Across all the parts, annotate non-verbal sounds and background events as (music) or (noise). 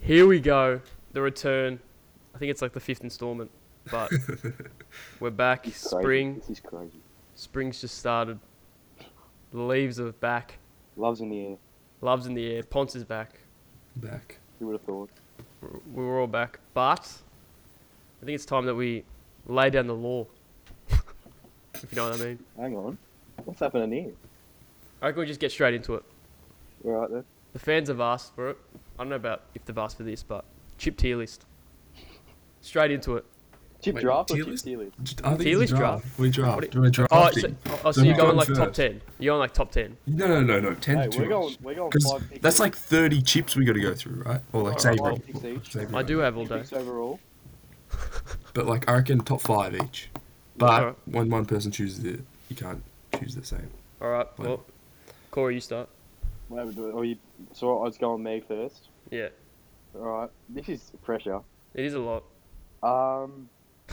Here we go. The return. I think it's like the fifth installment, but we're back. This is crazy. Spring. This is crazy. Spring's just started. The leaves are back. Love's in the air. Love's in the air. Ponce is back. Back. Who would have thought? We're- We were all back. But I think it's time that we lay down the law. (laughs) if you know what I mean. Hang on. What's happening here? I reckon we just get straight into it. All right then. The fans have asked for it. I don't know about if they've asked for this, but chip tier list. Straight into it. Chip Wait, draft or tier chip list? tier list? J- I think Tier it's list draft. We draft. What Do do- you want to draft? Oh, so, it? oh, oh, so So you're we've going gone like top first. ten. You're on like top ten. No, no, no, no. Ten Hey, is too we're going. much. We're going 'Cause five picks. that's each. like thirty chips we got to go through, right? Or like Alright, save five roll. picks each. Save I roll. do have all Two day. picks overall. But like, I reckon top five each. But Alright. when one person chooses it, you can't choose the same. All right. Well, Corey, you start. Whatever. do it- Or you. So I was going me first. Yeah, All right. This is pressure. it is a lot. Um. (laughs)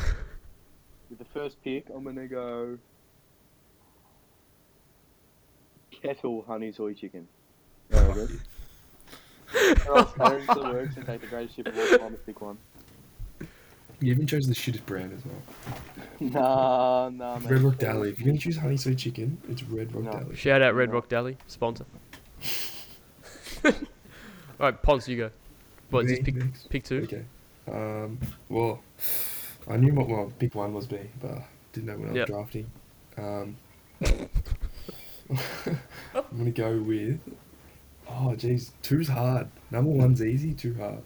with the first pick, I'm gonna go. Kettle honey soy chicken. There (laughs) we go. Charles Harris the works and take the greatest ship of all time and pick one. (laughs) You even chose the shittest brand as well. Nah, nah, man. Red Rock Dally. If you're gonna choose honey soy chicken, it's Red Rock No. Dally. Shout out Red Rock Dally sponsor. (laughs) all right, Ponce, you go. What, is this Me pick, next. pick two? Okay. Um. Well, I knew what my big one was be, but I didn't know when I was Yep. drafting. (laughs) Um. I'm gonna go with. Oh, jeez, two's hard. Number one's easy. Two hard.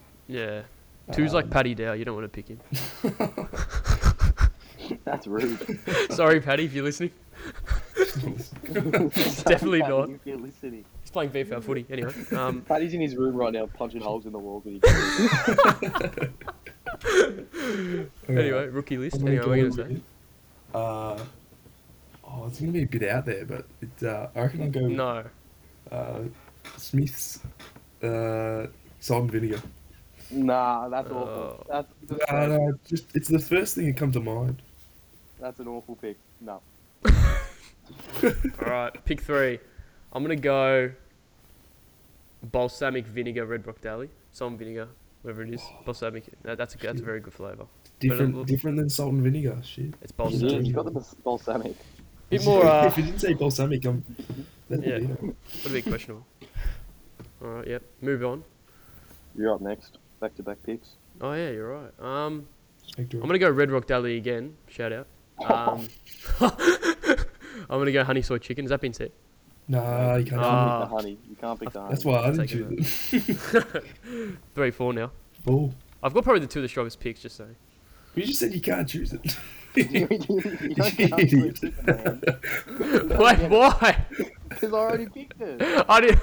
(laughs) (laughs) Yeah. Two's like Um, Paddy Dow. You don't want to pick him. (laughs) (laughs) That's rude. Sorry, Paddy, if you're listening. definitely Paddy, not. If you're listening, He's playing VFL footy anyway. (laughs) Um, (laughs) Paddy's in his room right now, (laughs) punching holes in the wall. But he anyway, rookie list. I'm gonna Anyway, what are you go gonna say? with, Uh. Oh, it's gonna be a bit out there, but it, uh, I reckon I'll go. with, No. Uh, Smith's. Uh, salt and vinegar. nah, that's awful. Oh. That's that's, No, no, it's uh, just it's the first thing that comes to mind. (laughs) that's an awful pick. No, All right, pick three. I'm gonna go balsamic vinegar Red Rock Dally, some vinegar, whatever it is. Balsamic. That, that's a that's a very good flavor. Different, look- different than salt and vinegar. Shit. It's he's Balsamic. balsamic. got the bas- balsamic. Bit more. (laughs) Uh, if you didn't say balsamic, I'm. That'd Yeah. be it. would be questionable. All right. Yep. Move on. You're up next. Back to back picks. Oh yeah, you're right. Um, Hector. I'm gonna go Red Rock Dally again. Shout out. Um, (laughs) I'm gonna go honey soy chicken. Has that been said? (laughs) Nah, you can't. Ah. Pick the honey. You can't pick the honey. That's why I didn't Take it choose it. (laughs) Three, four now. Bull. I've got probably the two of the strongest picks. Just saying. You just said you can't choose it. (laughs) (laughs) You don't get honey soy chicken, man. (laughs) Wait, why? 'Cause I already picked (laughs) it. I didn't.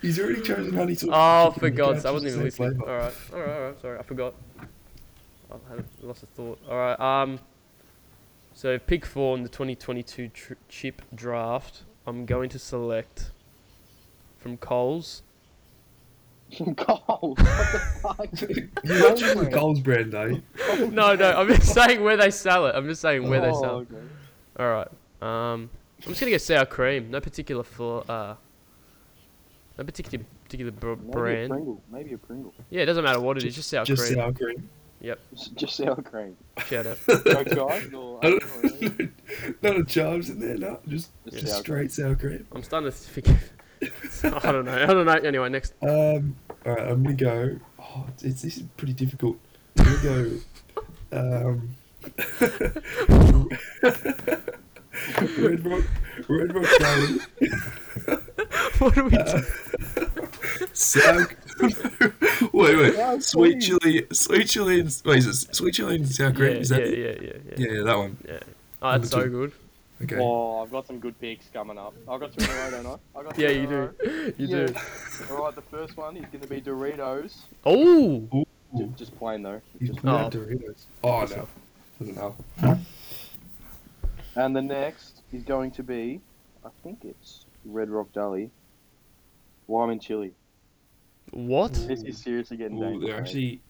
He's already chosen honey soy. (laughs) Oh, chicken. for You God's can't sake, I wasn't choose even the same listening. flavour. Alright, alright, alright, sorry, I forgot. I had lost a thought. Alright, um, so pick four in the 2022 tr- chip draft. I'm going to select from Coles. Cold. (laughs) What the (laughs) fuck? You are (laughs) choosing the Coles brand, though. No, no, I'm just saying where they sell it. I'm just saying where they Oh, sell it. okay. Alright, um, I'm just gonna go sour cream. No particular for, uh, no particular, particular br- Maybe a brand. Pringle. Maybe a Pringle. Yeah, it doesn't matter what it is, just sour Just cream. sour cream. (laughs) Just, just sour (laughs) cream. Shout out. No chives or (laughs) I onion or anything. don't- (laughs) Not a chives in there, no. Just, Just just sour cream. straight sour cream. I'm starting to forgive. (laughs) I don't know. I don't know. Anyway, next. Um, all right, I'm gonna go. Oh, it's, it's this is pretty difficult. I'm gonna go. Um, (laughs) Red Rock, Red Rock Dally, (laughs) What do we do? Uh, sour. (laughs) wait, Sour wait, sweet cream. chili, sweet chili, and wait, is it sweet chili and sour cream? Yeah, is that yeah, it? yeah, yeah, yeah, Yeah, yeah, that one. Oh, that's so Number good. Okay. Oh, I've got some good picks coming up. I've got two in a row, don't I? I've got two Yeah, in a you row. do. You do. Alright, the first one is going to be Doritos. Oh, Ooh, Just, just plain though. he's Just- pulling out Oh. Doritos. Oh no, doesn't help. And the next is going to be, I think it's Red Rock Dully. Wyman Chili. what? This is seriously getting Ooh, dangerous. they're mate. actually.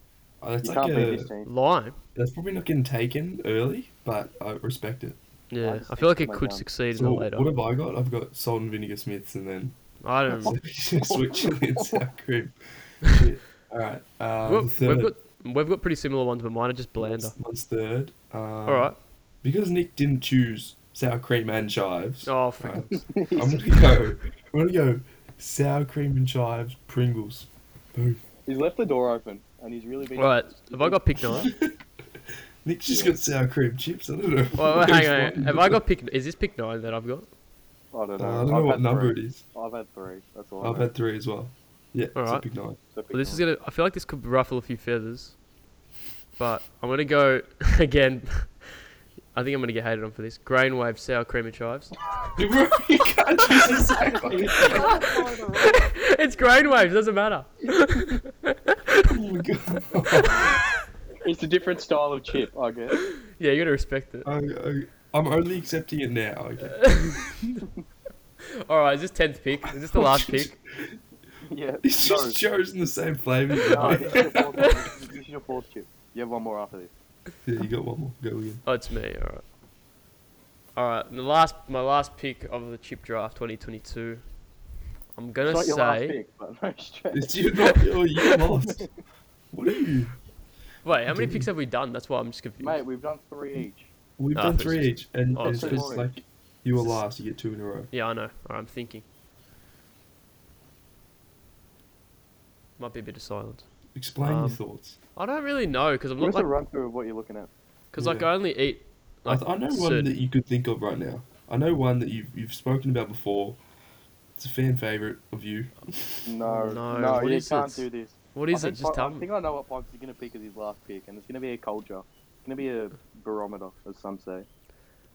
Oh, that's you like can't beat a, this team. Lime. that's probably not getting taken early, but I respect it. Yeah, just I feel like think it it's could my succeed in So the what, later. have I got? I've (laughs) got salt and vinegar Smiths and then (laughs) I don't. (laughs) sweet chili and sour cream. Shit. All right. We've Um, got, we've third. got we've got pretty similar ones, but mine are just blander. That's- that's third. Um, All right. Because Nick didn't choose sour cream and chives. Oh, frick. (laughs) right, (laughs) I'm gonna go. I'm gonna go sour cream and chives Pringles. Boom. He's left the door open, and he's really been. Right, have I got pick nine? Nick's just got sour cream chips. I don't know. Well, (laughs) what hang goes on. on. Have I got pick? Is this pick nine that I've got? I don't know. Uh, I don't know I've what had number three. it is. I've had three. That's all. I've had three as well. Yeah, All it's a right. big night. Well, this is gonna. I feel like this could ruffle a few feathers, but I'm gonna go (laughs) again. I think I'm gonna get hated on for this. Grain wave sour cream and chives. you can't choose the same one. (laughs) it's grain waves. Doesn't matter. (laughs) Oh my god. It's a different style of chip, I guess. Yeah, you gotta respect it. (laughs) (laughs) I, I, I'm only accepting it now. Okay. All right, is this tenth pick? Is this the last pick? Yeah. He's no. just chosen the same flavour. No, this (laughs) is your fourth chip. This is your fourth chip. You have one more after this. Yeah, you got one more. Go again. Oh, it's me. All right. All right. and The last, my last pick of the chip draft 2022. I'm gonna say. It's not your last pick, but no stress. It's you not. Oh, you lost. What are you? Wait, how many Mhm. picks have we done? That's why I'm just confused. Mate, we've done three each. We've Ah, done it's three just- each, and oh, it's it's just just- like you were last. You get two in a row. Yeah, I know. All right, I'm thinking. Might be a bit of silence. Explain your Um, thoughts. I don't really know because I'm Give not us a like run through of what you're looking at. because like yeah. I only eat. I, Like, th- I know one certain- that you could think of right now. I know one that you've you've spoken about before. It's a fan favourite of you. No, No, no, what you is can't this? do this. What is I it? think Just Pon- tell I me. think I know what Ponce is going to pick as his last pick, and it's going to be a culture. It's going to be a barometer, as some say. It's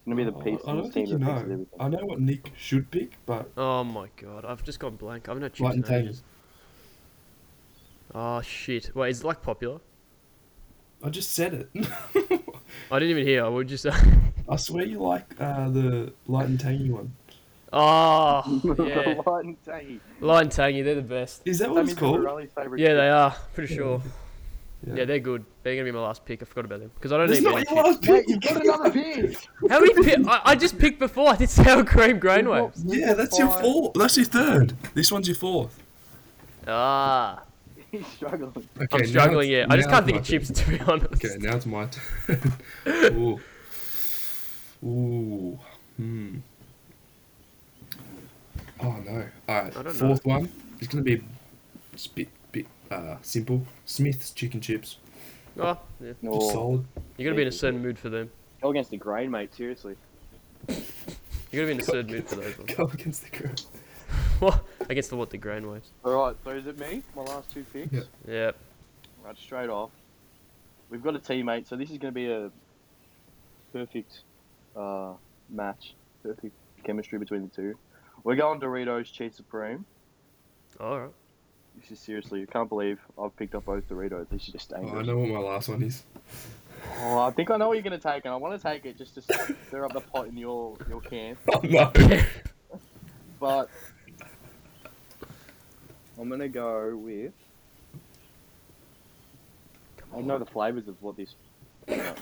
going to be the I- piece Oh, I, in don't this team think that you fixes know. everything. (laughs) I know what Nick should pick, but Oh my god, I've just gone blank. I've not chips Lightning in ages. Tigers. Oh shit! Wait, is it like popular? I just said it. (laughs) I didn't even hear. I would just. I swear you like uh, the light and tangy one. (laughs) (laughs) oh yeah, the Lion Tangy. Lion Tangy, they're the best. Is that That what means it's called? Pirelli's favourite Yeah, chip. they are. Pretty sure. Yeah. Yeah, they're good. They're gonna be my last pick. I forgot about them because I don't That's eat not many your chips. (laughs) last pick. Mate, get another pick! (laughs) How many? Pi- I, I just picked before. I did sour cream grain waves. Yeah, that's your Five. fourth. That's your third. This one's your fourth. Ah. (laughs) He's struggling. Okay, I'm now struggling, yeah. it's- I just now can't it's think of my chips, to be honest. turn. Okay, now it's my turn. (laughs) Ooh. Ooh. Hmm. Oh no. Alright, I don't know. fourth one. It's gonna be just a bit, bit uh, simple. Smith's chicken chips. Oh, yeah. No, Just solid. You're going to be in a certain mood for them. go against the grain, mate. Seriously. You're going to be in a certain mood for those ones. Go against the curve. What? Against the what? The grain waves. All right. So is it me? My last two picks. Yeah. Yeah. Right, straight off. We've got a teammate, so this is going to be a perfect uh, match, perfect chemistry between the two. We're going Doritos Cheese Supreme. All right. This is seriously, I can't believe I've picked up both Doritos. This is just Oh, I dangerous. know what my last one is. Oh, I think I know what you're going to take, and I want to take it just to stir up the pot in your, your camp. (laughs) Oh no. But I'm going to go with. I know the flavours of what this. (laughs)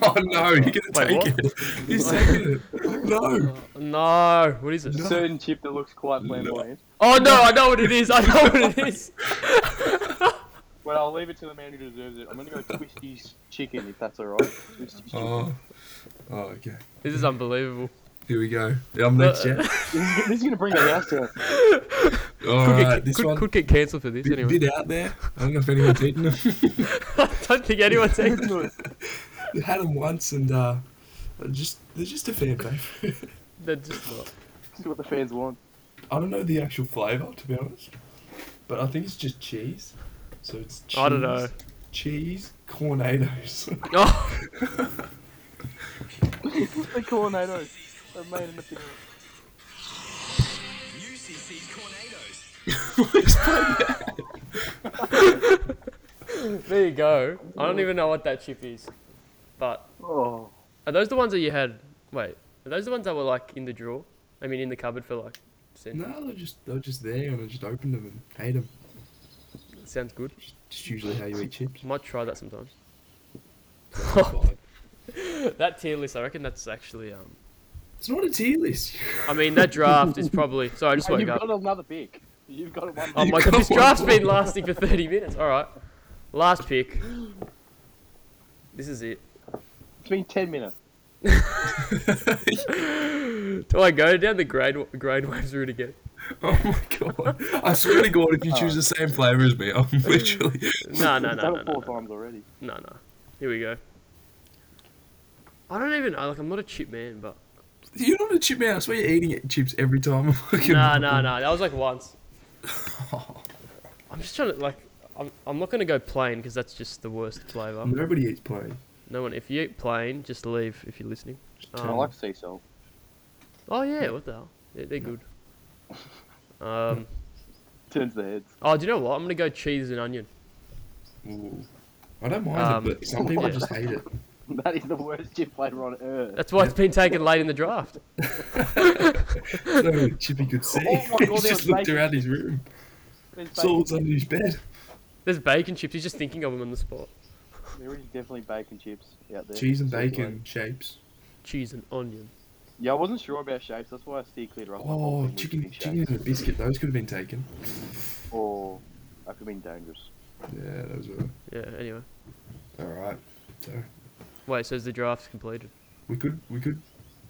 Oh no, you're gonna Wait, take what? it. (laughs) He's taking it. Oh, No. (laughs) No. What is it? No. Certain chip that looks quite flamboyant. Oh, no. I know what it is. I know what it is. Well, I'll leave it to the man who deserves it. I'm gonna go Twisty's chicken if that's alright. Twisty's chicken. Oh. Oh, okay. (laughs) This is unbelievable. Here we go. I'm next, Uh, (laughs) yeah. This is gonna bring the house down. All could, right, get, this could, one could get cancelled for this, bit, anyway. bit out there. I don't know if anyone's (laughs) eaten them. I don't think (laughs) anyone's taking it. It's I had them once, and uh, I just they're just a fan favorite. (laughs) They're just not. what the fans want. I don't know the actual flavor, to be honest, but I think it's just cheese. So it's cheese, I don't know. cheese cornados. (laughs) (laughs) Oh, the tornadoes are made in the field. there you go. I don't even know what that chip is. But Oh, Are those the ones that you had? Wait, are those the ones that were like in the drawer? I mean, in the cupboard for like. Cent- no, they're just they're just there, and I just opened them and ate them. Sounds good. Just usually how you (laughs) eat chips. Might try that sometime. (laughs) it's that tier list, I reckon that's actually. Um, not a tier list. I mean, that draft is probably. Sorry, I just and woke you've up. got another pick. You've got one. Oh (laughs) You my god, got this one draft's been more. lasting for 30 minutes. All right. Last pick. This is it. (gasps) It's been 10 minutes. (laughs) Do I go down the grade grade waves route again? (laughs) Oh my god! I swear to God, if you choose the same flavor as (laughs) me, I'm literally. No, no, We've no, done no, it no, four no, times already. no, no. Here we go. I don't even know. Like, I'm not a chip man, (laughs) but You're not a chip man. I swear you're eating chips (laughs) every time. no, no, no. That was like once. Oh, I'm just trying to like. I'm, I'm not gonna go plain because that's just the worst flavor. Mm-hmm. Nobody eats plain. No one. If you eat plain, just leave if you're listening. I Um, like sea salt. oh yeah, what the hell? Yeah, they're good. Um. Turns the heads. (laughs) Oh, do you know what? I'm gonna go cheese and onion. Ooh. I don't mind Um, it, but some people yeah. just hate (laughs) it. That is the worst chip flavor on earth. That's why it's been taken late in the draft. No, Chippy could see. Oh (laughs) my God, He's they just were looked bacon. around his room. There's bacon- Saw what's under his bed. There's bacon chips. He's just thinking of them on the spot. There is definitely bacon chips out there. Cheese and Circulating. bacon shapes. Cheese and onion. Yeah, I wasn't sure about shapes. That's why I steer clear of. the whole Oh, thing with chicken, big chicken shapes. and a biscuit. Those could have been taken. Or that could have been dangerous. Yeah, those were. Yeah. Anyway. All right. So Wait. So is the draft (coughs) completed? we could we could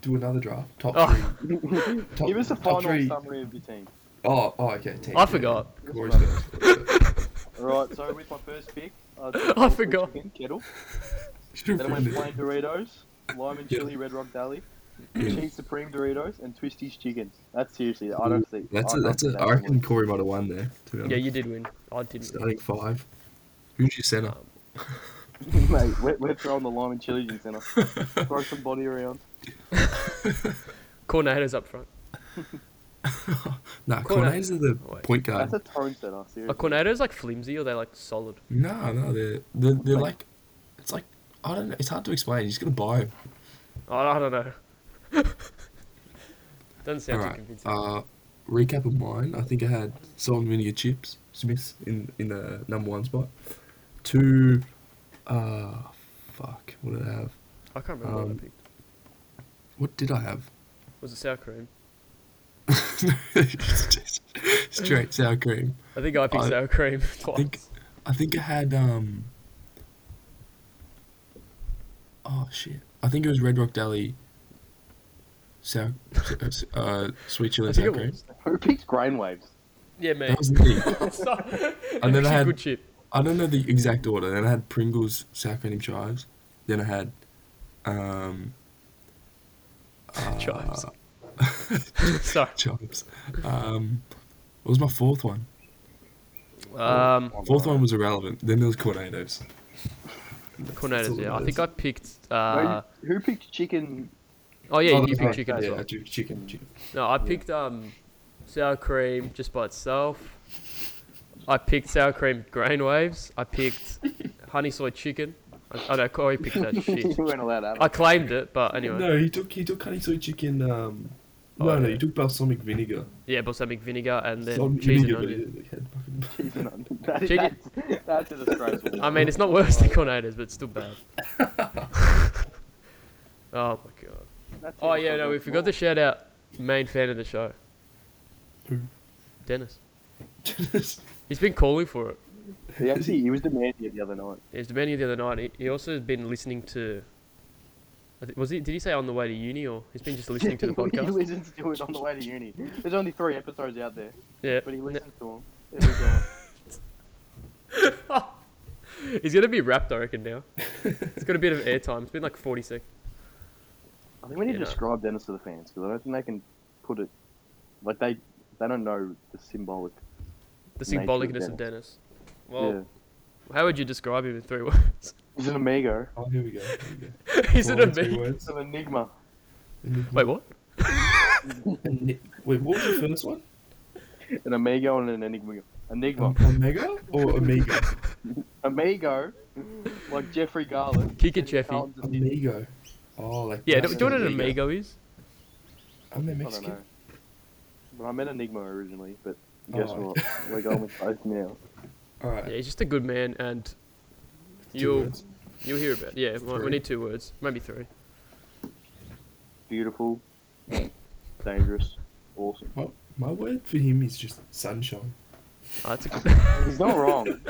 do another draft. Top three. Oh, Top, Give us a top final three. summary of your team. Oh, oh, okay. Team, I forgot. Corey's first. Alright, so with my first pick, I, (laughs) I forgot. Chicken, kettle. Should Then I have went written plain it. Doritos, lime and Yeah. chili Red Rock Deli, cheese supreme Doritos, and Twisties chicken. That's seriously, I don't see. That's I a, don't that's see a. that I one. reckon Corey might have won there. To be Yeah, honest. you did win. I didn't. Starting five. Who's your centre? (laughs) Mate, we're, we're throwing the lime and chili in (laughs) centre. Throw some body around. Cornado's up front. (laughs) Nah, Cornet. Cornets are the Oh, wait. point guard. That's a tone setter, Are seriously. Cornado's like flimsy or they like solid? No, no, they're they're, they're like, it's like I don't know. It's hard to explain. You just gotta buy 'em. Oh, I don't know. (laughs) Doesn't sound too Alright, convincing. Uh, recap of mine. I think I had salt and vinegar chips Smith in in the number one spot. Two, uh, fuck. What did I have? I can't remember what um, I picked. What did I have? Was it sour cream? Just Straight sour cream. I think I picked I- sour cream (laughs) twice. think- I think I had um. Oh shit! I think it was Red Rock Deli. Sour, uh, sweet chili I and think sour it cream. was. Who picked grainwaves? Yeah, man. That (laughs) was the. and And then I had- good chip. I don't know the exact order. Then I had Pringles, sour cream, chives. Then I had, um, uh, (laughs) Chives. (laughs) Sorry. (laughs) chives. Um, what was my fourth one? Um, Oh, Fourth one was irrelevant. Then there was cornados. Cornado's, all yeah. it I think is. I picked. Uh, Who- who picked chicken? oh, yeah, Oh, you that's picked right. chicken as Yeah, well. chi- chicken, chicken. No, I picked um, sour cream just by itself. I picked sour cream grain waves. I (laughs) picked honey soy chicken. I, I know Corey picked that (laughs) you shit. weren't allowed to have I claimed it, but anyway. No, he took he took honey soy chicken. Um, Oh, no, no, yeah. he took balsamic vinegar. Yeah, balsamic vinegar and then Balsamic cheese vinegar, and onion. but he had fucking- cheese and onion. (laughs) That is, Chicken- that's, that's a disgraceful. I mean, it's not worse than cornados, but it's still (laughs) bad. (laughs) oh my god. That's Oh it, yeah, it's no, not we that forgot to small. shout out main fan of the show. Who? Dennis. Dennis. He's been calling for it. He actually he was demanding it the other night. He was demanding it the other night. He, he also has been listening to. I thi- Was he? Did he say on the way to uni or he's been just (laughs) listening (laughs) to the he podcast? listens to it on the way to uni. There's only three episodes out there, Yeah. but he n- listens to them. Every time. (laughs) He's gonna be wrapped, I reckon. Now it's got a bit of airtime. It's been like forty seconds. I think we need You to know. describe Dennis to the fans because I don't think they can put it like they they don't know the symbolic. The Nature of symbolicness of Dennis. yeah. Well, how would you describe him in three (laughs) words? He's an amigo. (laughs) Oh, here we go. Here we go. (laughs) he's an Four, two amazing. He's words. an enigma. (laughs) Wait, what? Ani- Wait, what was the first one? An amigo and an enigma. Enigma. Um, Omega or Omega? Amigo, like Jeffrey Garland. Kick it, and Jeffy. Carlton's an enigma. Amigo. Oh, like Yeah, do, that's do you know what the- an amigo is? I'm a I don't know. Mexican. Well, I meant enigma originally, but guess Oh. what? We're going with both now. All right. Yeah, he's just a good man, and two you'll words. you'll hear about. It. Yeah, we- we Three. need two words, maybe three. Beautiful, dangerous, awesome. My, my word for him is just sunshine. Ah, Oh, that's a good. He's not wrong. (laughs)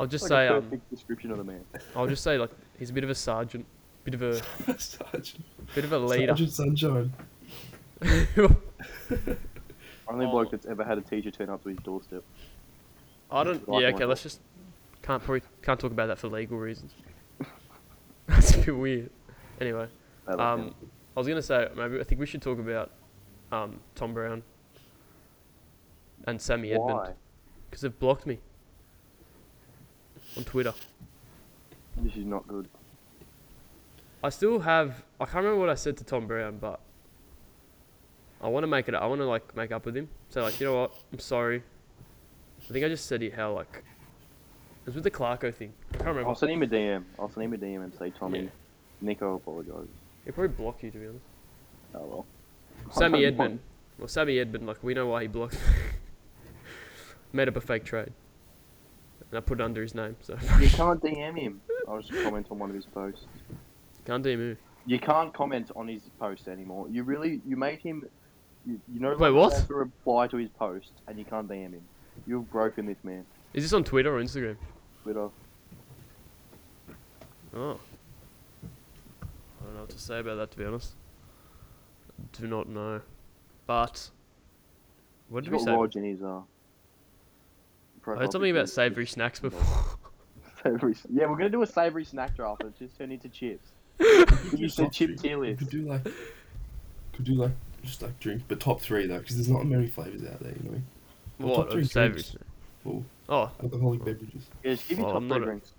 I'll just Like say, a um, perfect description of the man. I'll just say, like, he's a bit of a sergeant, bit (laughs) of a, Sergeant, bit of a leader. Sergeant Sunshine. Only Oh. bloke that's ever had a teacher turn up to his doorstep. (laughs) I don't. Like Yeah. one. Okay. Let's just can't probably can't talk about that for legal reasons. (laughs) That's a bit weird. Anyway, That was him. um, I was gonna say maybe I think we should talk about um Tom Brown and Sammy why? Edmund because they've blocked me on Twitter. This is not good. I still have. I can't remember what I said to Tom Brown, but I want to make it. I want to like make up with him. So like, you know what? I'm sorry. I think I just said it how like it was with the Clarko thing. I can't remember. I'll send him a DM. I'll send him a DM and say, Tommy, Yeah. Nico apologizes. He'll probably block you to be honest. Oh well. Sammy I don't Edmund. Well, Sammy Edmund, like we know why he blocked. (laughs) Made up a fake trade, and I put it under his name, so (laughs) want- You can't DM him. I'll just comment on one of his posts. can't do move. You can't comment on his post anymore. You really, you made him. You, you know, Wait, what? have To reply to his post, and you can't DM him. You've broken this man. Is this on Twitter or Instagram? Twitter. Oh, I don't know what to say about that to be honest. Do not know, but what He's did we got say? Lodge in his uh. I profile heard something picture. about savory snacks before. (laughs) Savory. Yeah, we're gonna do a savory snack draft. It's just turned (laughs) into chips. you said chip tier We list. could do like, could do like just like drinks, but top three though, because there's not many flavors out there. You know, (laughs) Well, top what three of savory? drinks. snack- Well, Oh, alcoholic beverages. Yeah, just give me Well, top I'm three not a- drinks.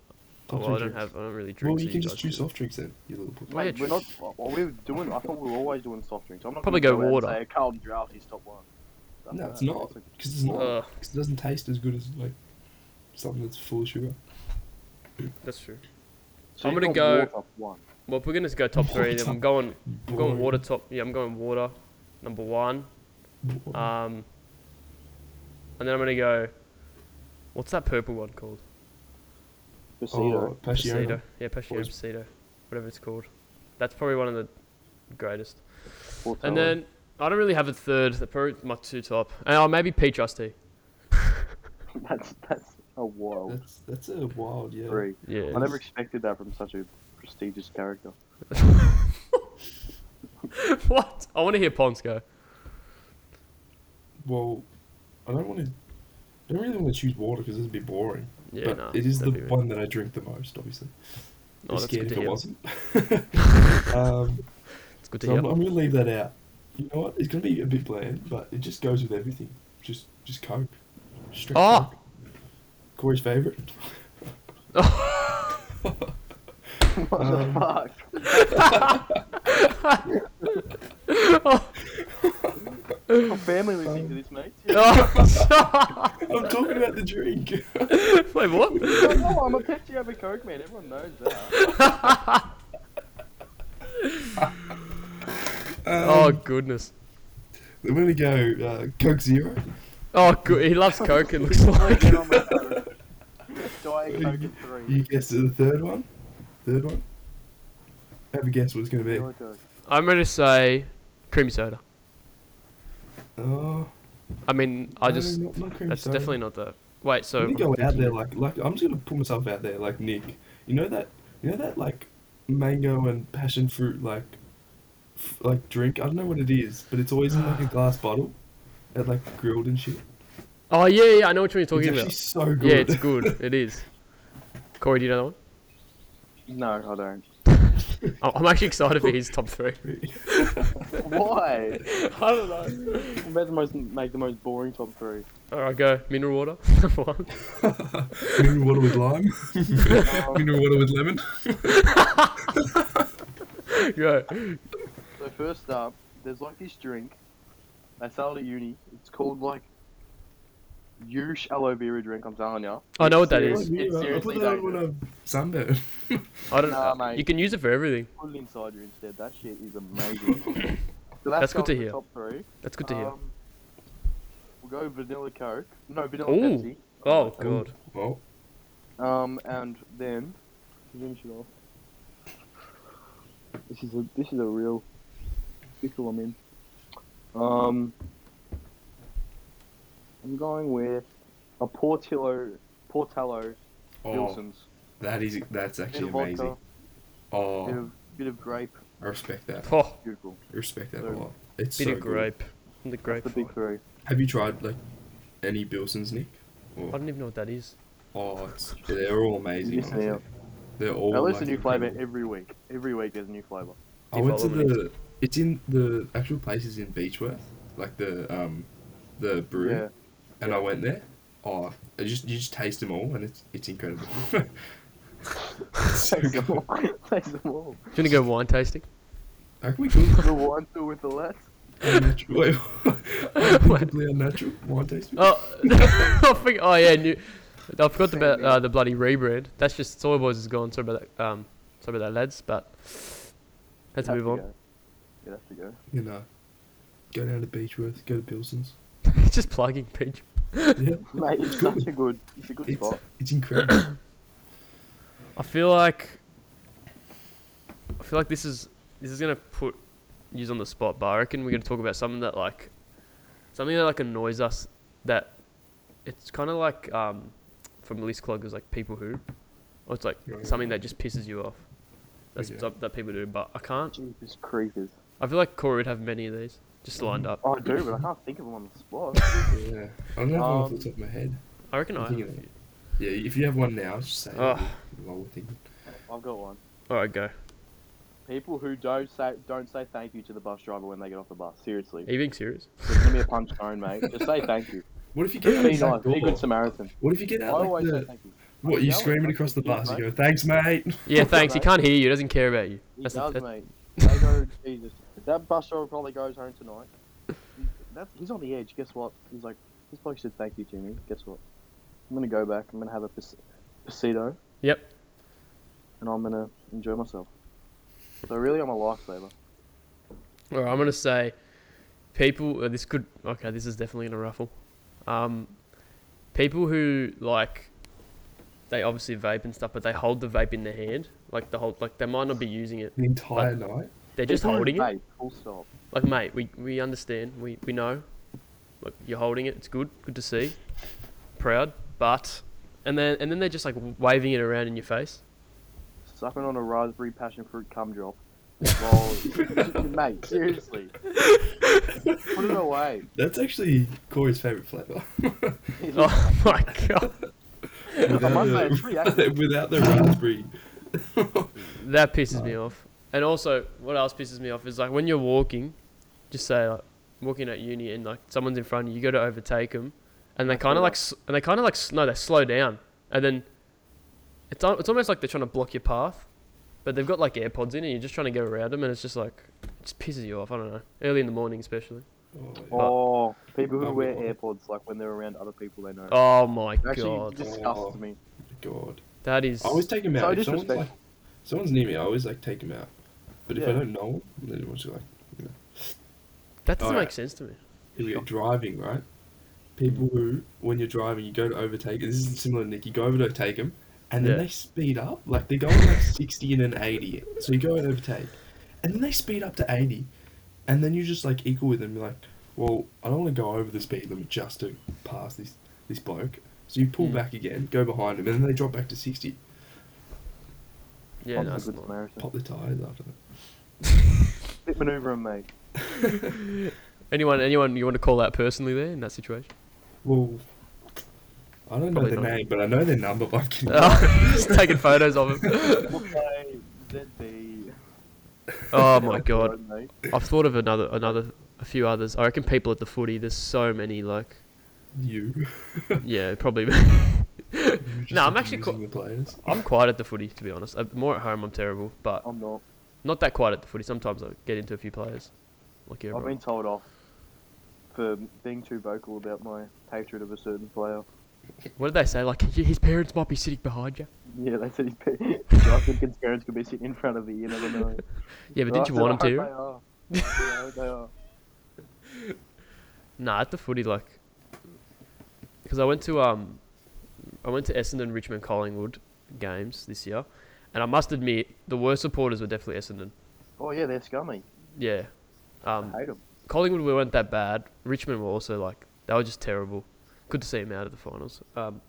Top well, three I don't drinks. have. I don't really drink. Well, so you can guys just choose do that. soft drinks then, you little puppy. Wait, Mate, we're tr- not. What we're doing? I thought we were always doing soft drinks. I'm not. Probably gonna go out and water. Say Carlton draft is top one. That's No, bad. it's not, because it's not, Ugh. 'cause it doesn't taste as good as like something that's full of sugar. That's true. So I'm you gonna got go- water one. Well, if we're gonna go top three, then I'm going. I'm going Boring. water top. Yeah, I'm going water. Number one. Boring. Um, and then I'm gonna go. What's that purple one called? Casino. Oh, Passione. Pasito. Yeah, Passion Boys. Pasito. Whatever it's called. That's probably one of the greatest. Fourth And one. then I don't really have a third. They're probably my two top. And oh, maybe peach iced tea. (laughs) that's that's a wild That's that's a wild, yeah. three. Yeah. I never expected that from such a prestigious (laughs) character. (laughs) what? I want to hear Ponce go. Well, I don't want to. I don't really want to choose water because it's a bit boring. Yeah, but nah, it is the that'd be me. one that I drink the most, obviously. Oh, I'm that's good scared to if it hear. wasn't. um, It's good to so hear. I'm, I'm going to leave that out. You know what? It's going to be a bit bland, but it just goes with everything. Just just Coke. Straight (laughs) Oh! Coke. Corey's (laughs) favourite. What Um, the fuck? Oh! Your family listening to um, this, mate. Oh, I'm talking about the (laughs) drink. (laughs) Wait, (laughs) what? no, Oh, I'm a Pepsi over Coke man. Everyone knows that. Um, oh goodness. I'm going to go uh, Coke Zero. Oh, good. He loves Coke. It looks like. Get on with (laughs) that. Diet Coke at You three. guess the third one? Third one? Have a guess what it's going to be. Diet Coke. I'm gonna say creamy soda. Oh, I mean, I no, just. not- not cream That's soda. definitely not that. Wait, so. I'm gonna go out there like like I'm just gonna put myself out there like Nick. You know that you know that like mango and passion fruit like f- like drink. I don't know what it is, but it's always in like a glass bottle, and like grilled and shit. Oh yeah, yeah. I know which one you're talking it's about. actually so good. Yeah, it's (laughs) good. It is. Corey, do you know No, I don't. (laughs) that one? I- I'm actually excited for his top three. (laughs) (laughs) Why? I don't know. I'm about to most, make the most boring top three. All right, go mineral water. (laughs) Number one. Mineral water (laughs) with lime. Um, Mineral water with lemon. Go. so first up, there's like this drink. They sell it at uni. It's called like Yush aloe vera drink. I'm telling ya. I know what that It Yeah, is. it's I seriously put that on when I sunburn. (laughs) I don't Nah, know. mate. You can use it for everything. Put it inside you instead. That shit is amazing. so That's good going to for hear. Top three. That's good to hear. Um, we'll go vanilla Coke. No, vanilla Ooh. um, Oh god. Well, Pepsi. Um, and then to finish it off. This is a this is a real pickle I'm in. Um, I'm going with a Portillo Portello Oh, Wilson's. that is that's Bit actually of vodka, amazing. bit, Oh, of, bit of grape. I respect that. Oh, Beautiful. I respect that a Very- lot. It's bit so of grape. From the grape. The big forward. three. good. Have you tried like any Bilsons, Nick? I Or, don't even know what that is. oh, it's, they're all amazing. Yes, they honestly. are. They're all. At least Oh, like, a new flavour incredible. every week. Every week there's a new flavour. I went to Follow me. the. It's in the actual place is in Beechworth, like the um, the brew, (laughs) Yeah. and I went there. Oh, I just you just taste them all, and it's it's (laughs) incredible. It's so Taste them good. all. (laughs) Taste them all. Do you (laughs) want to go wine tasting? How can we (laughs) cook The wine still with the lads. unnatural? (laughs) Wait, completely unnatural wine tasting. Oh, (laughs) I forgot, oh yeah, new, I forgot Same about thing. uh, the bloody rebrand. That's just Soy Boys is gone. Sorry about that. Um, sorry about that, lads. But let's Have move to on. go. Yeah, that's to go. You know, go down to Beechworth, go (laughs) to Pilsons. (laughs) just plugging Peach. Yeah, Mate, it's good. such a good, it's a good it's spot. it's incredible. I feel like I feel like this is this is gonna put you on the spot, but I reckon we're gonna talk about something that like something that like annoys us. That it's kind of like um from List Clog is like people who, or it's like Yeah. something that just pisses you off. That's Okay. something that people do, but I can't. Jesus creepers. I feel like Corey would have many of these just lined up. Oh, I do, but I can't think of them on the spot. yeah, I don't know off the Um, top of my head. I reckon I'm I. thinking of it. Yeah, if you have one now, just say. Ugh. While we're thinking. I've got one. All right, go. People who don't say don't say thank you to the bus driver when they get off the bus. Are Seriously, you being (laughs) serious? there's gonna be a punch thrown, mate. Just say thank you. What if you get Be out the nice. back Be a good door? Samaritan. What if you get I out like always say the thank you. What, Yeah, you I screaming like across the the bus, you feedback. go, thanks, mate. (laughs) (laughs) (laughs) Yeah, thanks. He mate. can't hear you. Doesn't care about you. He That's the, does, that's, mate. They go, Jesus. That bus driver probably goes home tonight. He- That's, he's on the edge. Guess what? He's like, this bloke said thank you to me. Guess what? I'm gonna go back. I'm gonna have a pas- pasito, Yep. and I'm gonna enjoy myself. So really, I'm a lifesaver. All right, I'm gonna say people. Uh, this could okay. This is definitely gonna ruffle. Um, people who like they obviously vape and stuff, but they hold the vape in their hand, like the whole like they might not be using it. The entire night? They're just People who holding it. vape, Full stop. Like mate, we we understand. We we know. Look, you're holding it. It's good. Good to see. Proud, but and then and then they're just like waving it around in your face. (laughs) sucking on a raspberry passion fruit cum drop. Well, (laughs) mate, seriously. Put it away. (laughs) That's actually Corey's favourite (laughs) flavour. Oh my god, I must say, it's pretty the, accurate. (laughs) without the raspberry. (laughs) Oh, that pisses me off. And also, what else pisses me off is like when you're walking, just say like walking at uni and like someone's in front of you, you got to overtake them, and they kind of like s- and they kind of like s- no, they slow down, and then it's al- it's almost like they're trying to block your path, but they've got like AirPods in and you're just trying to go around them, and it's just like it just pisses you off. I don't know, early in the morning especially. Oh, Oh, people who wear AirPods, like when they're around other people they know. Oh my It Actually, god, disgusts me. God. that is I always take him out. So if someone's, like, disrespectful. someone's near me, I always like take him out. But if I Yeah. don't know him, then what's like? that doesn't make alright. sense to me. Here we go. Driving, right? People who, when you're driving, you go to overtake. This is similar to Nick. You go overtake them, and then Yeah. they speed up. Like they're going like 60 and an 80. So you go and overtake, and then they speed up to 80, and then you're just like equal with them. You're like, well, I don't want to go over the speed limit just to pass this this bloke. So you pull Mm. back again, go behind him, and then they drop back to 60. Yeah, I'm no, a it's good not. Samaritan. Pop the tires after that. Bit maneuver him, mate. Anyone, anyone you want to call out personally there in that situation? (laughs) Well, I don't Probably know their not. name, but I know their number. (laughs) But I can Oh, just taking photos of him. (laughs) We'll play ZD. Oh (laughs) my god, Mate. I've thought of another, another, a few others. I reckon people at the footy. There's so many. Like, you. yeah, probably. (laughs) (laughs) You're just No, I'm actually abusing qu- the players. I'm quiet at the footy, to be honest. I'm more at home, I'm terrible, but I'm not. not that quiet at the footy. Sometimes I get into a few players. Like I've been everyone. told off for being too vocal about my hatred of a certain player. What did they say? Like (laughs) "Y- his parents might be sitting behind you. Yeah, they (laughs) said his African parents could be sitting in front of you, you never know. Yeah, but did you want him uh, to? to? yeah, they are. Nah, at the footy, like, because I went to um, I went to Essendon, Richmond, Collingwood games this year, and I must admit the worst supporters were definitely Essendon. Oh yeah, they're scummy. Yeah. Um, I hate them. Collingwood we weren't that bad. Richmond were also like they were just terrible. Good to see him out of the finals. Um,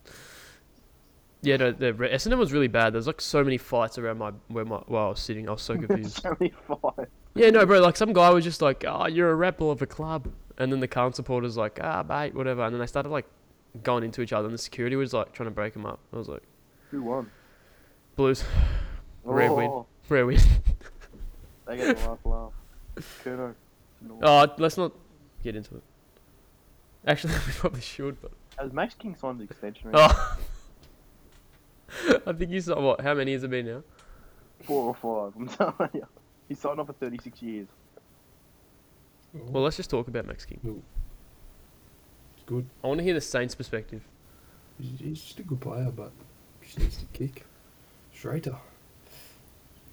Yeah, no, the re- S&M was really bad. There's like so many fights around my where my where I was sitting. I was (laughs) so confused. 75. yeah, no, bro. Like some guy was just like, "Ah, you're a rebel of a club," and then the current supporters like, "Ah, mate, whatever," and then they started like going into each other, and the security was like trying to break them up. I was like, Who won? (laughs) "Blues, Rare win. Oh, rare win." They got the last laugh. Kudo. No. (laughs) (laughs) Oh, let's not get into it. Actually, (laughs) we probably should, but Has Max King signed the extension? already? oh, (laughs) I think you saw what? How many has it been now? Four or five, I'm (laughs) telling you. He signed off for 36 years. Oh. Well, let's just talk about Max King. Good. I want to hear the Saints' perspective. He's he's just a good player, but just needs to kick. Schrader.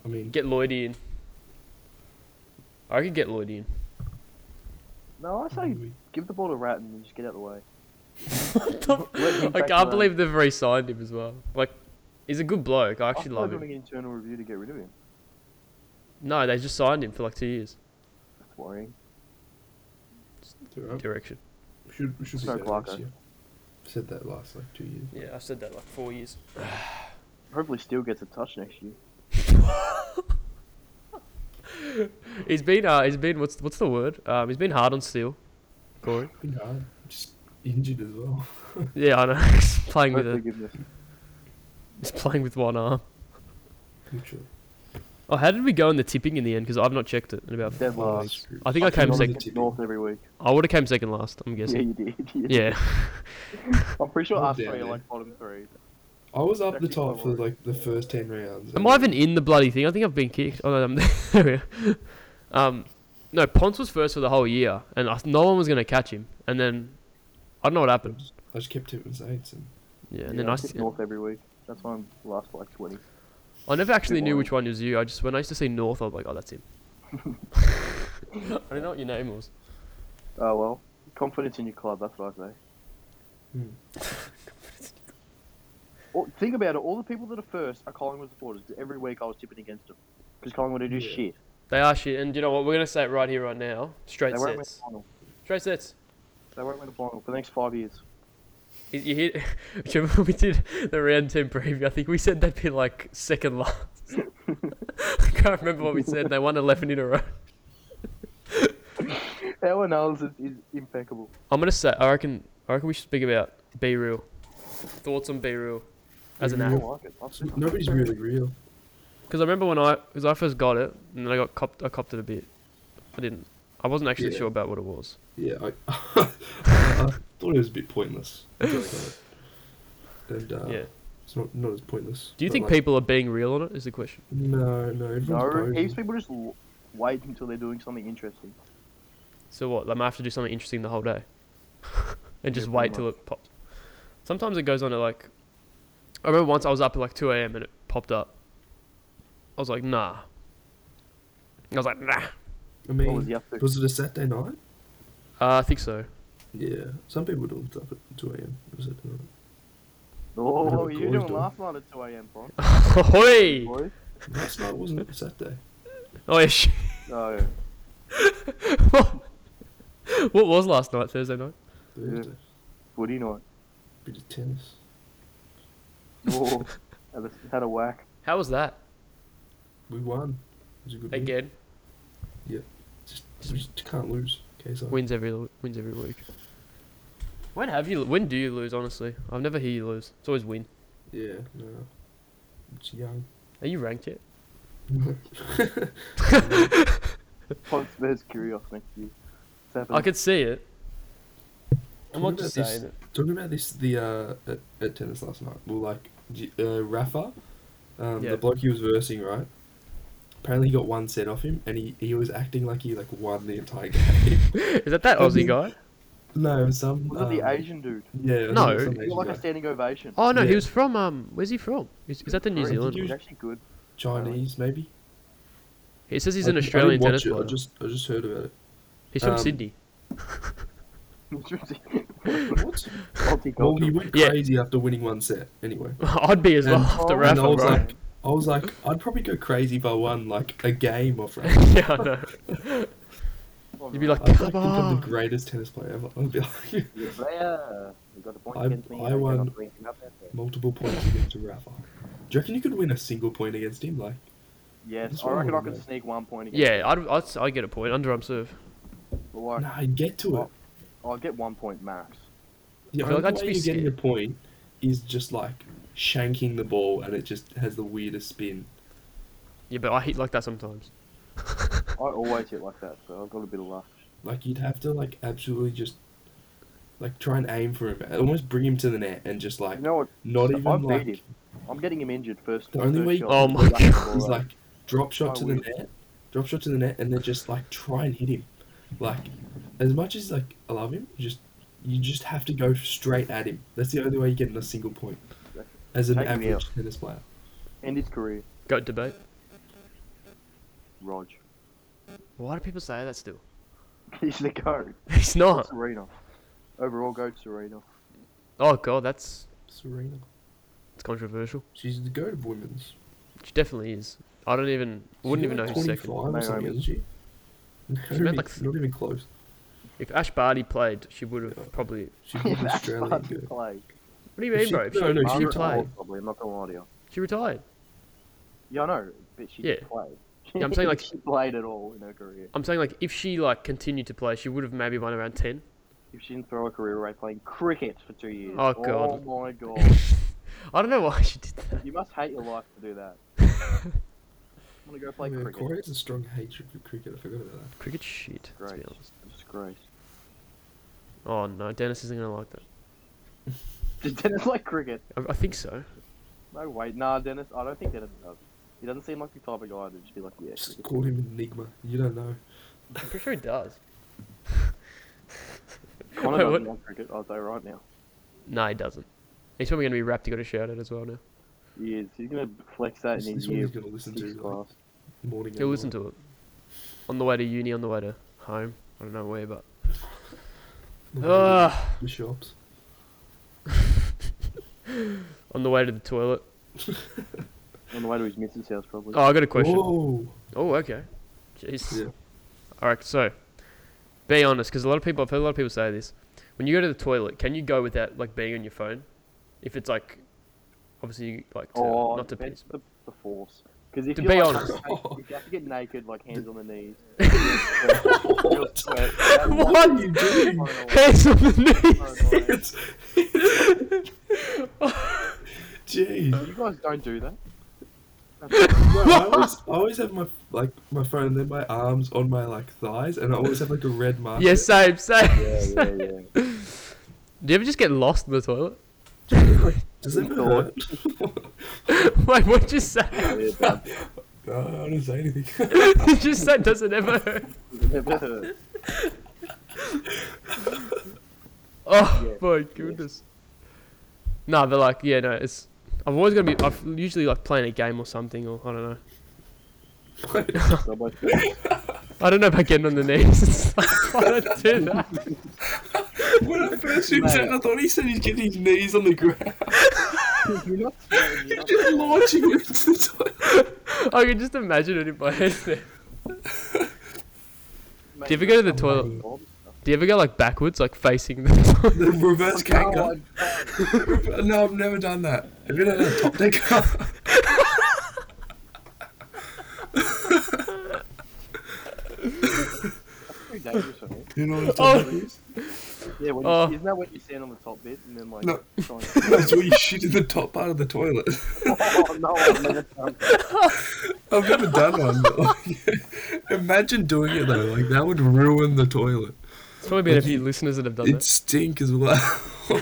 I mean, Get Lloyd in. I could get Lloyd (laughs) in. No, I say we- give the ball to Ratton and just get out of the way. (laughs) Let I him back can't around. believe they've re-signed him as well. Like, he's a good bloke. I I actually feel like love doing him. an internal review to get rid of him. No, they just signed him for like two years. That's worrying. it's all right. Direction. uh, We should, we should be Sorry, better next Clarko. year. Said that last like two years. Yeah, I said that like four years. Hopefully, Steele gets a touch next year. (laughs) He's been, uh, he's been. What's what's the word? Um, he's been hard on (laughs) Steel. Corey. Been hard. Just injured as well. (laughs) Yeah, I know. (laughs) he's playing with Hopefully, a, give him a he's playing with one arm. Literally. Oh, how did we go in the tipping in the end? Because I've not checked it in about. dead Oh, last. screw. I think I came You're on the second. second. North every week. I would have came second last. I'm Yeah, guessing. you did. (laughs) you did. Yeah. I'm pretty sure Well us three done, are man. like bottom three. I was up the Actually, top I for worry. like the first ten rounds. Am and I even in the bloody thing? I think I've been kicked. Oh no, I'm (laughs) there. we are. Um, no, Ponce was first for the whole year, and I, no one was gonna catch him. And then I don't know what happened. I just kept tipping Saints and Yeah, and yeah, then I, I s- pick North every week. That's why I'm last by like 20. I never actually Good knew one. which one was you. I just when I used to see North, I was like, oh, that's him. (laughs) I didn't know what your name was. Oh well, confidence in your club. That's what I say. (laughs) Hmm. Or- think about it. All the people that are first are Collingwood supporters. 'cause every week I was tipping against them because Collingwood are just Yeah. shit. They are shit, and you know what? We're gonna say it right here, right now. Straight They won't win the sets. final. Straight sets. They won't win the final for the next five years. You- You hit. (laughs) Do you remember we did the round ten preview? I think we said they'd be like second last. (laughs) I can't remember what we said. They won eleven in a row. Our analysis is impeccable. I'm gonna say. I reckon. I reckon we should speak about Be Real. Thoughts on Be Real as an I app? like it. That's- nobody's really real. Because I remember when I, because I first got it, and then I got copped. I copped it a bit. I didn't. I wasn't actually Yeah. sure about what it was. Yeah, I, (laughs) I, I thought it was a bit pointless. until I got it. And uh, yeah. it's not not as pointless. Do you but, think like, people are being real on it? Is the question. No, no, everyone's No, posing. heaps of people just l- wait until they're doing something interesting. So what? Like, I might have to do something interesting the whole day, (laughs) and just pretty wait till it pops. Sometimes it goes on at like. I remember once I was up at like two a.m. and it popped up. I was like, nah. I was like, nah. I What was mean, he up to? was it a Saturday night? Uh, I think so. (laughs) Yeah, some people do it up at two a.m. on a Saturday night. Oh, What what were were you Gory doing doing? last night at 2 a.m., Bron? Hoi! Gory? Last night wasn't it Saturday? Oh yeah. shit. (laughs) No. what was last night? Thursday night. Thursday. Footy (laughs) night. Bit of tennis. Oh, had a, had a whack. How was that? We won. It was a good win. Again, Just, we just can't lose. Okay, so wins every wins every week. When have you? When do you lose? Honestly, I've never hear you lose. It's always win. yeah, no, it's (laughs) young. (laughs) Are you ranked yet? (laughs) Ponce vs. Curios next year. It's happening. I could see it. I'm What not just about this- saying it. Talking about this, the uh, at, at tennis last night. Well, like d- uh, Rafa, um, Yeah. the bloke he was versing, right? Apparently, he got one set off him, and he, he was acting like he like won the entire game. (laughs) Is that that I Aussie mean- guy? no, it was some. Was it the um, Asian dude? Yeah. it was No. some He He Asian got like guy. a standing ovation. Oh no, he Yeah. was from um. Where's he from? Is, is that the New Korea. Zealand? He was one? actually good. (laughs) Chinese, maybe. He says he's I an didn't- I didn't Australian watch tennis it, player. I just I just heard about it. (laughs) he's from um, Sydney. What? Well, he Multicultural. went Yeah. crazy after winning one set. Anyway. (laughs) I'd be as well and- after oh, Rafa, and I was bro. like, I was like, I'd probably go crazy if I won like a game off Rafa. (laughs) (laughs) yeah, I know. You'd be like, I'd come like, become (laughs) the on. greatest tennis player ever. I'd be like, Yeah. uh, You got the point I- against me. I you're won. not bringing it up, that's it. Multiple points against Rafa. Do you reckon you could win a single point against him? Like, Yes, That's I what I reckon I wanna could know. sneak one point against Yeah, I'd, I'd, si get a point. Underarm serve. But like, nah, I'd get to it. I'll get one point max. The I feel like only I'd way be you're getting a scared. point is just like shanking the ball, and it just has the weirdest spin. Yeah, but I hit like that sometimes. (laughs) I always hit like that, so I've got a bit of luck. Like you'd have to like absolutely just like try and aim for him, almost bring him to the net, and just like You know what? not I even beat like him. I'm getting him injured first. The only first way- shot. Oh my Back to the God. ball, he's right? like drop shot I to the will. net, drop shot to the net, and then just like try and hit him. Like as much as like I love him, just you just have to go straight at him. That's the only way you get in a single point as an Take me average out. tennis player. End his career, Goat debate. Rog. (laughs) Why do people say that still? He's the goat. (laughs) He's not. Serena. Overall, goat Serena. (laughs) Oh god, that's Serena, it's controversial. she's the go of women's. She definitely is. I don't even wouldn't even know who's second. Or something, Naomi. isn't she? She made, like, not even close. If Ash Barty played, she would have probably. (laughs) She's an That's Australian hard to girl. play. What do you If mean, she- bro? If She, no, no, if she she Margaret played. Hall, Probably, I'm not gonna lie to you. She retired. Yeah, I know, but she Yeah. played. Yeah, I'm (laughs) saying, like- she played at all in her career. I'm saying like if she like continued to play, she would have maybe won around ten. If she didn't throw a career away playing cricket for two years. Oh, God. Oh (laughs) my god. I don't know why she did that. you must hate your life to do that. I'm gonna go play Yeah, cricket. Corey has a strong hatred for cricket. I forgot about (laughs) that. Cricket shit. To be Great. honest. Disgrace. Oh no, Dennis isn't gonna like that. Did Dennis (laughs) like cricket? I, I think so. No way. Nah, Dennis. I don't think Dennis does. He doesn't seem like the type of guy to just be like, yeah. Just cricket. call him an enigma. You don't know. I'm pretty sure he does. Connor Wait, doesn't (laughs) what? like cricket. I'll say right now. No, he doesn't. He's probably gonna be wrapped. He got a shout out as well now. He is. He's gonna flex that This in his is what year. he's gonna listen to six like, class. morning. He'll listen to it on the way to uni, on the way to home. I don't know where, but Ah. the shops. on the way to the toilet. On the way to his missus' house, probably. Oh, I got a question. Whoa! Oh, okay. Jeez. Yeah. All right, so be honest, because a lot of people, I've heard a lot of people say this. When you go to the toilet, can you go without like being on your phone? If it's like, obviously, you like to, Oh, not to that's piss, but the, the force. Because if To you be like, honest. if you have to get naked, like hands on (laughs) the knees. What? What are you doing? (laughs) hands on the (laughs) knees. (laughs) (laughs) It's- Gee, You guys don't do that. no, I always, I always have my like my phone and then my arms on my like thighs, and I always have like a red mark. Yeah, same, same. yeah, yeah, (laughs) yeah. Do you ever just get lost in the toilet? (laughs) Does it hurt? Wait, what'd you say? (laughs) Yeah, bad. (laughs) No, Oh, I didn't say anything. (laughs) you just said doesn't ever hurt. Never- Oh Yeah, my goodness. Nah, but like, yeah, no, it's. I've always got to be. I've usually like playing a game or something, or I don't know. Subway Surfers. I don't know about getting on the knees. (laughs) It's like, why not do that? when I first heard that, I thought he said he's getting his knees on the ground. You're (laughs) not sweating, you're not Just launching it to the toilet. (laughs) I can just imagine it in my head. There. sweating. Do you ever go to the (laughs) Oh, toilet? Do you ever go like backwards, like facing the (laughs) toilet? The Oh, reverse kangaroo. I'd- (laughs) no, I've never done that. Have you done a top decker? that's pretty dangerous for me. (laughs) you know what a Oh. top decker is? Yeah, when Oh. you, isn't that what you stand on the top bit and then like? No. try and- (laughs) That's where you shit in the top part of the toilet. (laughs) oh no! I've never done that. I've never done one. But like, (laughs) imagine doing it though. Like that would ruin the toilet. It's probably been a few listeners that have done It'd stink as well. (laughs)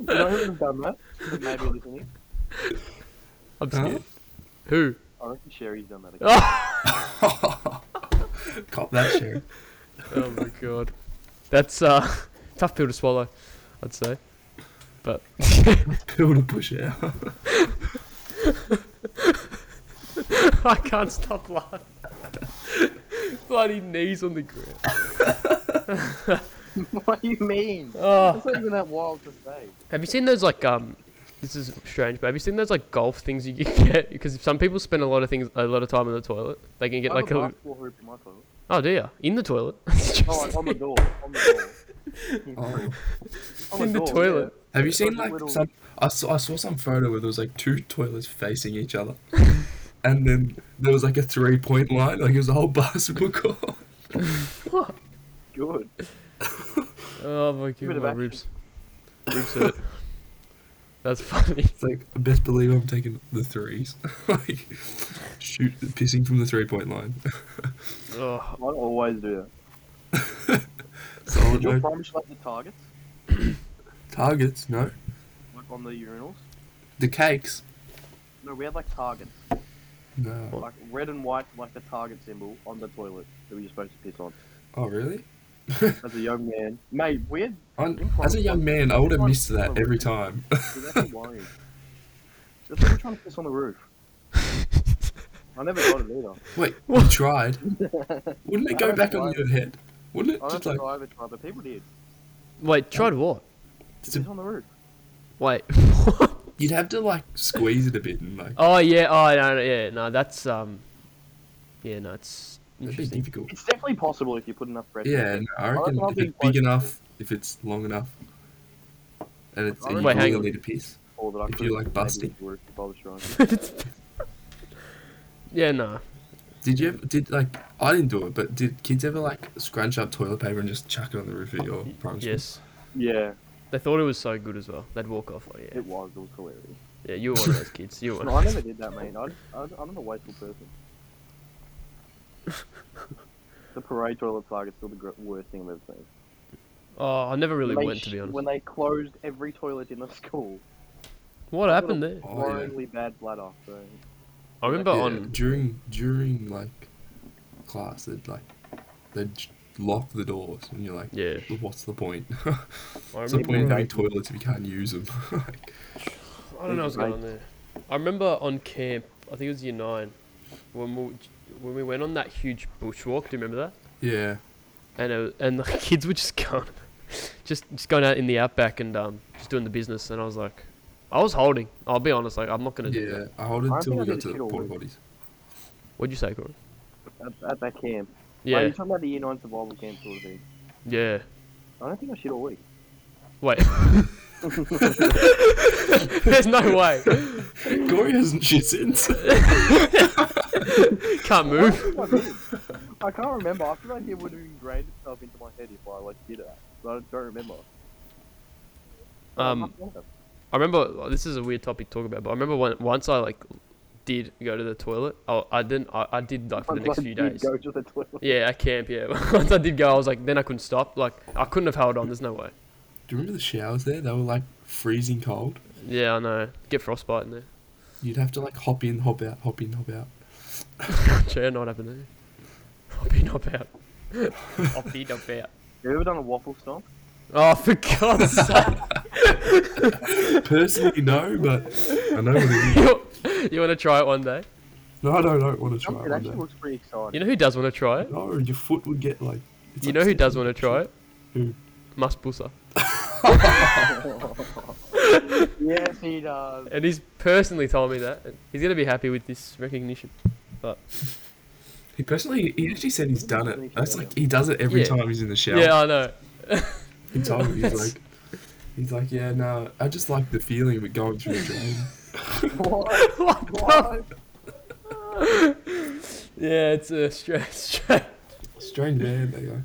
You know who's done that? Maybe listening. that. I'm Huh? (laughs) scared. Who? (laughs) I reckon Sherry's done that. Again. Oh, Cop that shit. oh my god, that's uh (laughs) tough pill to swallow, I'd say. But (laughs) Who would have pushed it out? (laughs) I can't stop laughing. (laughs) Bloody knees on the ground. (laughs) what do you mean? Oh. That's not even that wild to say. Have you seen those like um? This is strange, but have you seen those like golf things you can (laughs) get? Because some people spend a lot of things, a lot of time in the toilet. They can get I like have a. a little- basketball hoop in my toilet. Oh dear, in the toilet. (laughs) Oh, like, on the door. On the door. Oh, On the In the door, toilet. yeah. Have you seen Like like little- some? I saw, I saw some photo where there was like two toilets facing each other, and then there was like a three point line. Like it was a whole (laughs) basketball court. Good. Oh my bit god, of my action. ribs. Ribs hurt. That's funny. It's like I best believe I'm taking the threes. (laughs) like shoot, pissing from the three point line. (laughs) Oh, I always do that. Solid Did your no primary school have the targets? targets. No, Like on the urinals? the cakes. No, we had like targets. No. Like red and white, like the target symbol on the toilet that we were supposed to piss on. Oh really? As a young man. Mate, we had. i as a young man, I would have missed that every time. (laughs) Dude, that's lying. That's like trying to piss on the roof. I never got it (laughs) either. Wait, you tried? Wouldn't I it go don't back know. on your head? Wouldn't it I just don't like know if I tried, but people did. (laughs) wait, tried what? To It's a- piss on the roof. Wait. you'd have to like squeeze it a bit and like oh yeah. Oh no. no, Yeah. No. That's um. Yeah. No. It's that'd be Oh, interesting. difficult. It's definitely possible if you put enough pressure. Yeah, no, I reckon reckon I'll if be it's quite big enough, if it's long enough, and it's I and reckon- you Wait, hang really on. need a piece. Or that I If you could've like maybe busting. worked If I was trying. (laughs) Yeah. No. Did you ever, did like I didn't do it, but did kids ever like scrunch up toilet paper and just chuck it on the roof of your primary Oh, school? Yes. Yeah, They thought it was so good as well. They'd walk off like yeah. it was. It was hilarious. Yeah. You were one of those kids. You were. No, I (laughs) never did that, mate. I, I, I'm a wasteful person. (laughs) the parade toilet target's still the gr- worst thing I've ever seen. Oh, I never really When they went to sh- be honest. When they closed every toilet in the school. What happened there? Oh, yeah. Horribly bad bladder. So. I remember Yeah, on. during during like class, they'd like they'd j- lock the doors, and you're like, Yeah. what's the point? (laughs) I What's the point in remember. having toilets if you can't use them? (laughs) like, I don't know what's going on there. I remember on camp. I think it was year nine. When we when we went on that huge bushwalk. Do you remember that? yeah, and it was, and the (laughs) kids were just going, just just going out in the outback and um just doing the business. And I was like, I was holding. I'll be honest, like I'm not gonna do yeah. that. I hold it I until think I we did got to the shit all porta week. potties. What'd you say, Corey? At, at that camp. Are Yeah, you talking about the year 9 survival camp sort of thing? yeah. I don't think I shit all week. Wait. (laughs) There's no way. (laughs) Gory hasn't shit since. (laughs) (laughs) Can't move. I, did. I can't remember. I feel like it would have ingrained itself into my head if I like did it. But I don't remember. Um, I remember this is a weird topic to talk about, but I remember when, once I like did go to the toilet. I, I didn't. I, I did like for the Sometimes next few you days. Go to the toilet. Yeah, at camp. Yeah, (laughs) once I did go, I was like, then I couldn't stop. Like I couldn't have held on. There's no way. Do you remember the showers there? They were like freezing cold. Yeah, I know. Get frostbite in there. (laughs) You'd have to like hop in, hop out, hop in, hop out. Chair not happening. Hop in, hop out. hop in, hop out. Have you ever done a waffle stomp? (laughs) Oh, for God's sake. (laughs) (laughs) Personally, no, but I know what it is. you, want to try it one day? No, I don't, want to try Jump, it. it one actually day. looks pretty exciting. You know who does want to try it? No, your foot would get like. it's You like know who slipping. does want to try it? Who? Must Busa. (laughs) yes, he does. And he's personally told me that. He's going to be happy with this recognition. He personally, he actually said he's done it. That's like he does it every Yeah. time he's in the shower. Yeah, I know. He told me he's like, he's like, yeah, no, I just like the feeling of it going through the (laughs) drain. (laughs) What? What the- What? yeah, it's a (laughs) straight, straight. Strange man, they go.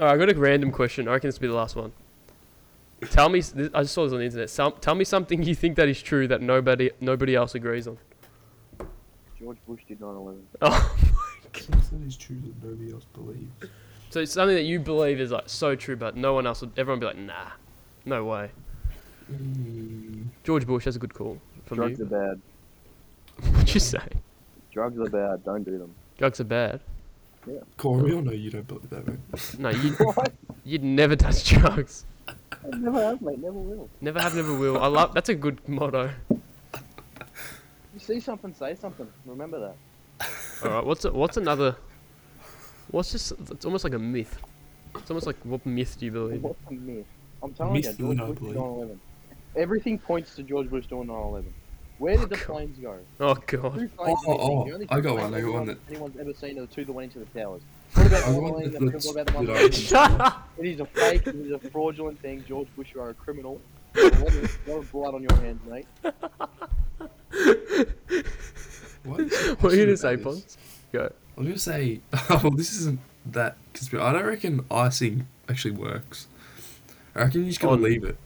All right, I got a random question. I reckon this will be the last one. Tell me, s- this- I just saw this on the internet. Some, tell me something you think that is true that nobody nobody else agrees on. (laughs) George Bush did 9/11. Oh, Something is true that nobody else believes. So it's something that you believe is like so true, but no one else would. Everyone would be like, nah, no way. Mm, George Bush has a good call from Drugs (laughs) are you. bad. What'd you say? Drugs are bad. Don't do them. Drugs are bad. Corey, we all know you don't believe that, mate. No, you What? you'd (laughs) never touch drugs. I never have, mate. Never will. Never have, never will. I love. That's a good motto. You see something, say something. Remember that. All right. What's a, what's another? What's just? It's almost like a myth. It's almost like what myth do you believe? What's a myth? I'm telling you, Myth George that I Bush did believe. 9/11. Everything points to George Bush doing 9/11. Where did the planes go? Oh Two god. planes Oh, (laughs) did it. The only oh, I two got planes one, I got one that- anyone's ever seen are the two that went into the towers. What about (laughs) I want Marlene? the- What let's about the split one? open. It is a fake. It is a fraudulent thing. George Bush, you are a criminal. There's a lot of- lot of blood on your hands, mate. What is your (laughs) What are you question gonna say, about this? Pons? Go. I was gonna say, (laughs) well, this isn't that conspiracy. I don't reckon icing actually works. I reckon you just gotta On- leave it.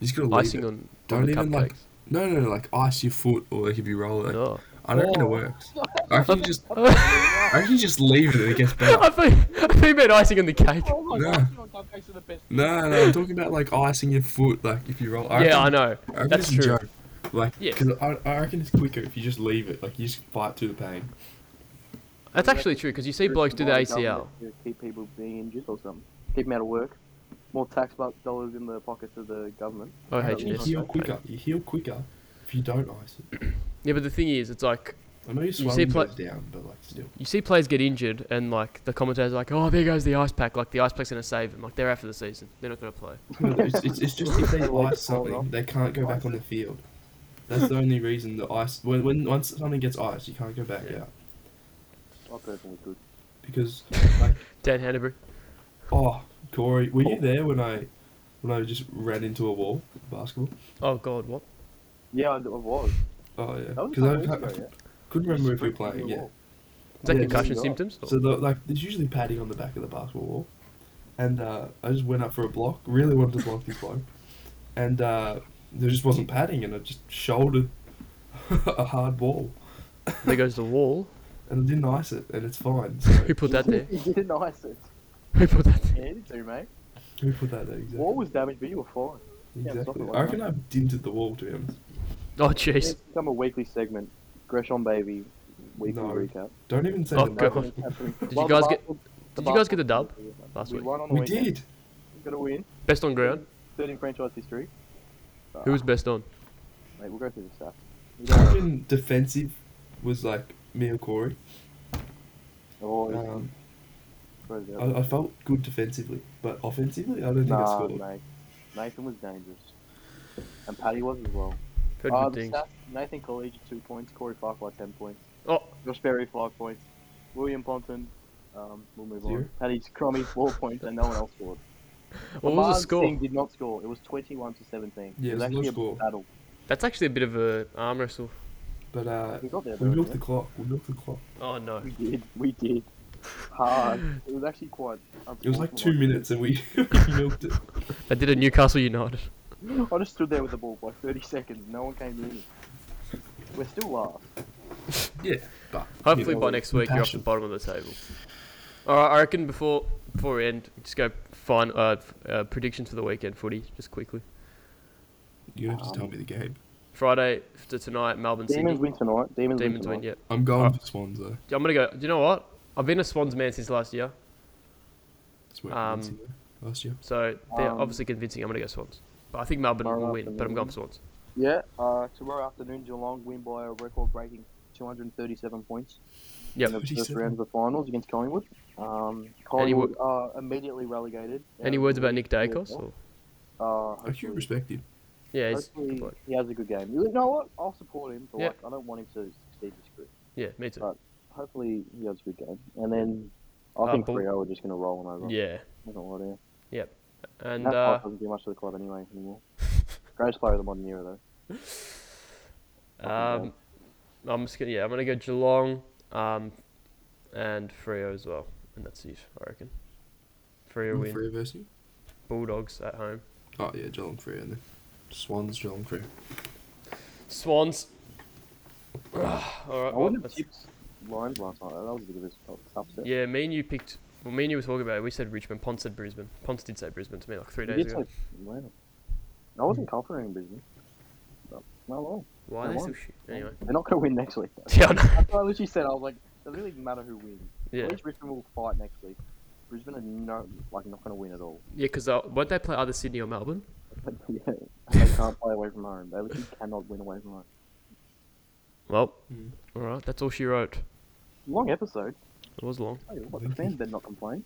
You just gotta leave Icing it. on. Don't on the even, cupcakes. like, No, no, no, like ice your foot or like if you roll it. No. I don't reckon Oh. it works. I reckon you just, (laughs) I I reckon you just leave it and it (laughs) gets better. thought, I thought you meant icing on the cake. Oh my No. god, you don't cupcakes are the best. No, no, I'm talking about like icing your foot, like if you roll. I Yeah, reckon- I know. I reckon That's it's a true. joke. Like, Yeah. because I, I reckon it's quicker if you just leave it. Like you just fight through the pain. That's actually true because you see blokes do the ACL. To keep people being injured or something. Keep them out of work. More tax bucks dollars in the pockets of the government. Oh, You OHS. heal quicker. You heal quicker if you don't ice it. Yeah, but the thing is, it's like I know your see swelling pla- goes down, but like still. you see players get injured, and like the commentators are like, "Oh, there goes the ice pack. Like the ice pack's gonna save them. Like they're out for the season. They're not gonna play." No, it's, it's, it's just if they (laughs) Like, ice something, they can't go back on the field. That's the only reason the ice. When, when once something gets iced, you can't go back Yeah. out I personally could. because Dan Hanbury. oh Corey, were you there when I when I just ran into a wall with basketball? Oh God, what? Yeah, I I was. Oh yeah, That was a because I, couple I weeks ago, yeah. couldn't You remember if we were sprinted playing. into a Yeah, wall. Is that Yeah, concussion yeah. symptoms? so the, like there's usually padding on the back of the basketball wall, and uh, I just went up for a block. Really wanted to block this block, and uh, there just wasn't padding, and I just shouldered (laughs) a hard wall. (laughs) there goes the wall. (laughs) and I didn't ice it, and it's fine. So Who put that there? (laughs) You did nice it. Who put that there? (laughs) Yeah, you did too, mate. who put that there? Exactly. Wall was damaged, but you were fine. yeah, exactly. something like I reckon I've dinted the wall to him. Oh It's jeez. become a weekly segment. Gresham Baby weekly No. recap. Don't even say Oh, the God. name. Did Did you guys get- did you guys get the dub last we week? Won on the We weekend. did. Got a win. Best on ground. Third in franchise history. Who was Ah, best on? Mate, we'll go through the stats. We I don't- reckon defensive was like me or Corey. Oh, it's- Um, where's the I, I felt good defensively, but offensively, I don't think I Nah, scored. mate. Nathan was dangerous. And Paddy was as well. Heard Uh, good the things. stats, Nathan College, 2 points. Corey Farquhar, 10 points. Oh, Josh Berry, 5 points. William Ponton, um, we'll move Zero. on. Paddy's crummy, 4 points, and no one else scored. what was Ahmad the score? Singh did not score. It was 21 to 17. Yeah, it it was was no actually a score. battle. That's actually a bit of a arm wrestle. But uh, We got there, we though, milked the didn't clock. We milked the clock. Oh no. we? We did. We did. Hard. It was actually quite. It was like two unfortunate. minutes, and we (laughs) we milked it. They did a Newcastle United. I just stood there with the ball for like 30 seconds. No one came near me. We're still last. yeah, but Yeah, Hopefully by well, next week you're off the compassion. bottom of the table. All right, I reckon before before we end, just go find uh, f- uh, predictions for the weekend footy just quickly. you have to Um, tell me the game. Friday to tonight, Melbourne Demons Sydney. win tonight. Demons, Demons win. win tonight. Yeah, I'm going uh, for Swans though. Yeah, I'm gonna go. Do you know what? I've been a Swans man since last year, It's worth um, considering. last year. so they're Um, obviously convincing. I'm gonna go Swans, but I think Melbourne Tomorrow will win. But I'm going for Swans. Yeah. Uh, tomorrow afternoon, Geelong win by a record-breaking 237 points Yep. in the first 37. round of the finals against Collingwood. Um, Any wo- Collingwood are immediately relegated. Any Um, words about Nick yeah, Dacos? Or? Uh, I should hopefully- respect you. Yeah, he's hopefully bloke. he has a good game. You know what? I'll support him, but Yeah. like, I don't want him to succeed this group. yeah, me too. Right. Hopefully he has a good game. And then I Uh, think Bull- Freo are just going to roll him over. Yeah, I don't know what it is. and Matt uh, Price doesn't do much for the club anyway anymore. (laughs) Greatest player of the modern era, though. Fucking Um, I'm just gonna yeah, I'm gonna go Geelong, um, and Freo as well, and that's it. I reckon. Freo win. Free versus you. Bulldogs at home. Oh yeah, Geelong Free and then Swans Geelong Free. Swans. (sighs) Ugh, All right. I well, wouldn't have that's- tipped Lions last night. though. That was a bit of a upset. yeah, me and you picked. Well, me and you were talking about it. We said Richmond. Pons said Brisbane. Pons did say Brisbane to me like three You days did ago. say Atlanta. I wasn't confident in Brisbane. But not at all. Why are they they won. still shit? Anyway. (laughs) They're not going to win next week, (laughs) though. Yeah. I know. That's what I literally said. I was like, it doesn't really matter who wins. Yeah. At least Richmond will fight next week. Brisbane are no, like not going to win at all. (laughs) Yeah, because won't they play either Sydney or Melbourne? yeah, (laughs) they can't play away from home. They literally cannot win away from home. Well. Hmm. Mm. All right. That's all she wrote. Long episode. It was long. Hey, what, the fans better not complain.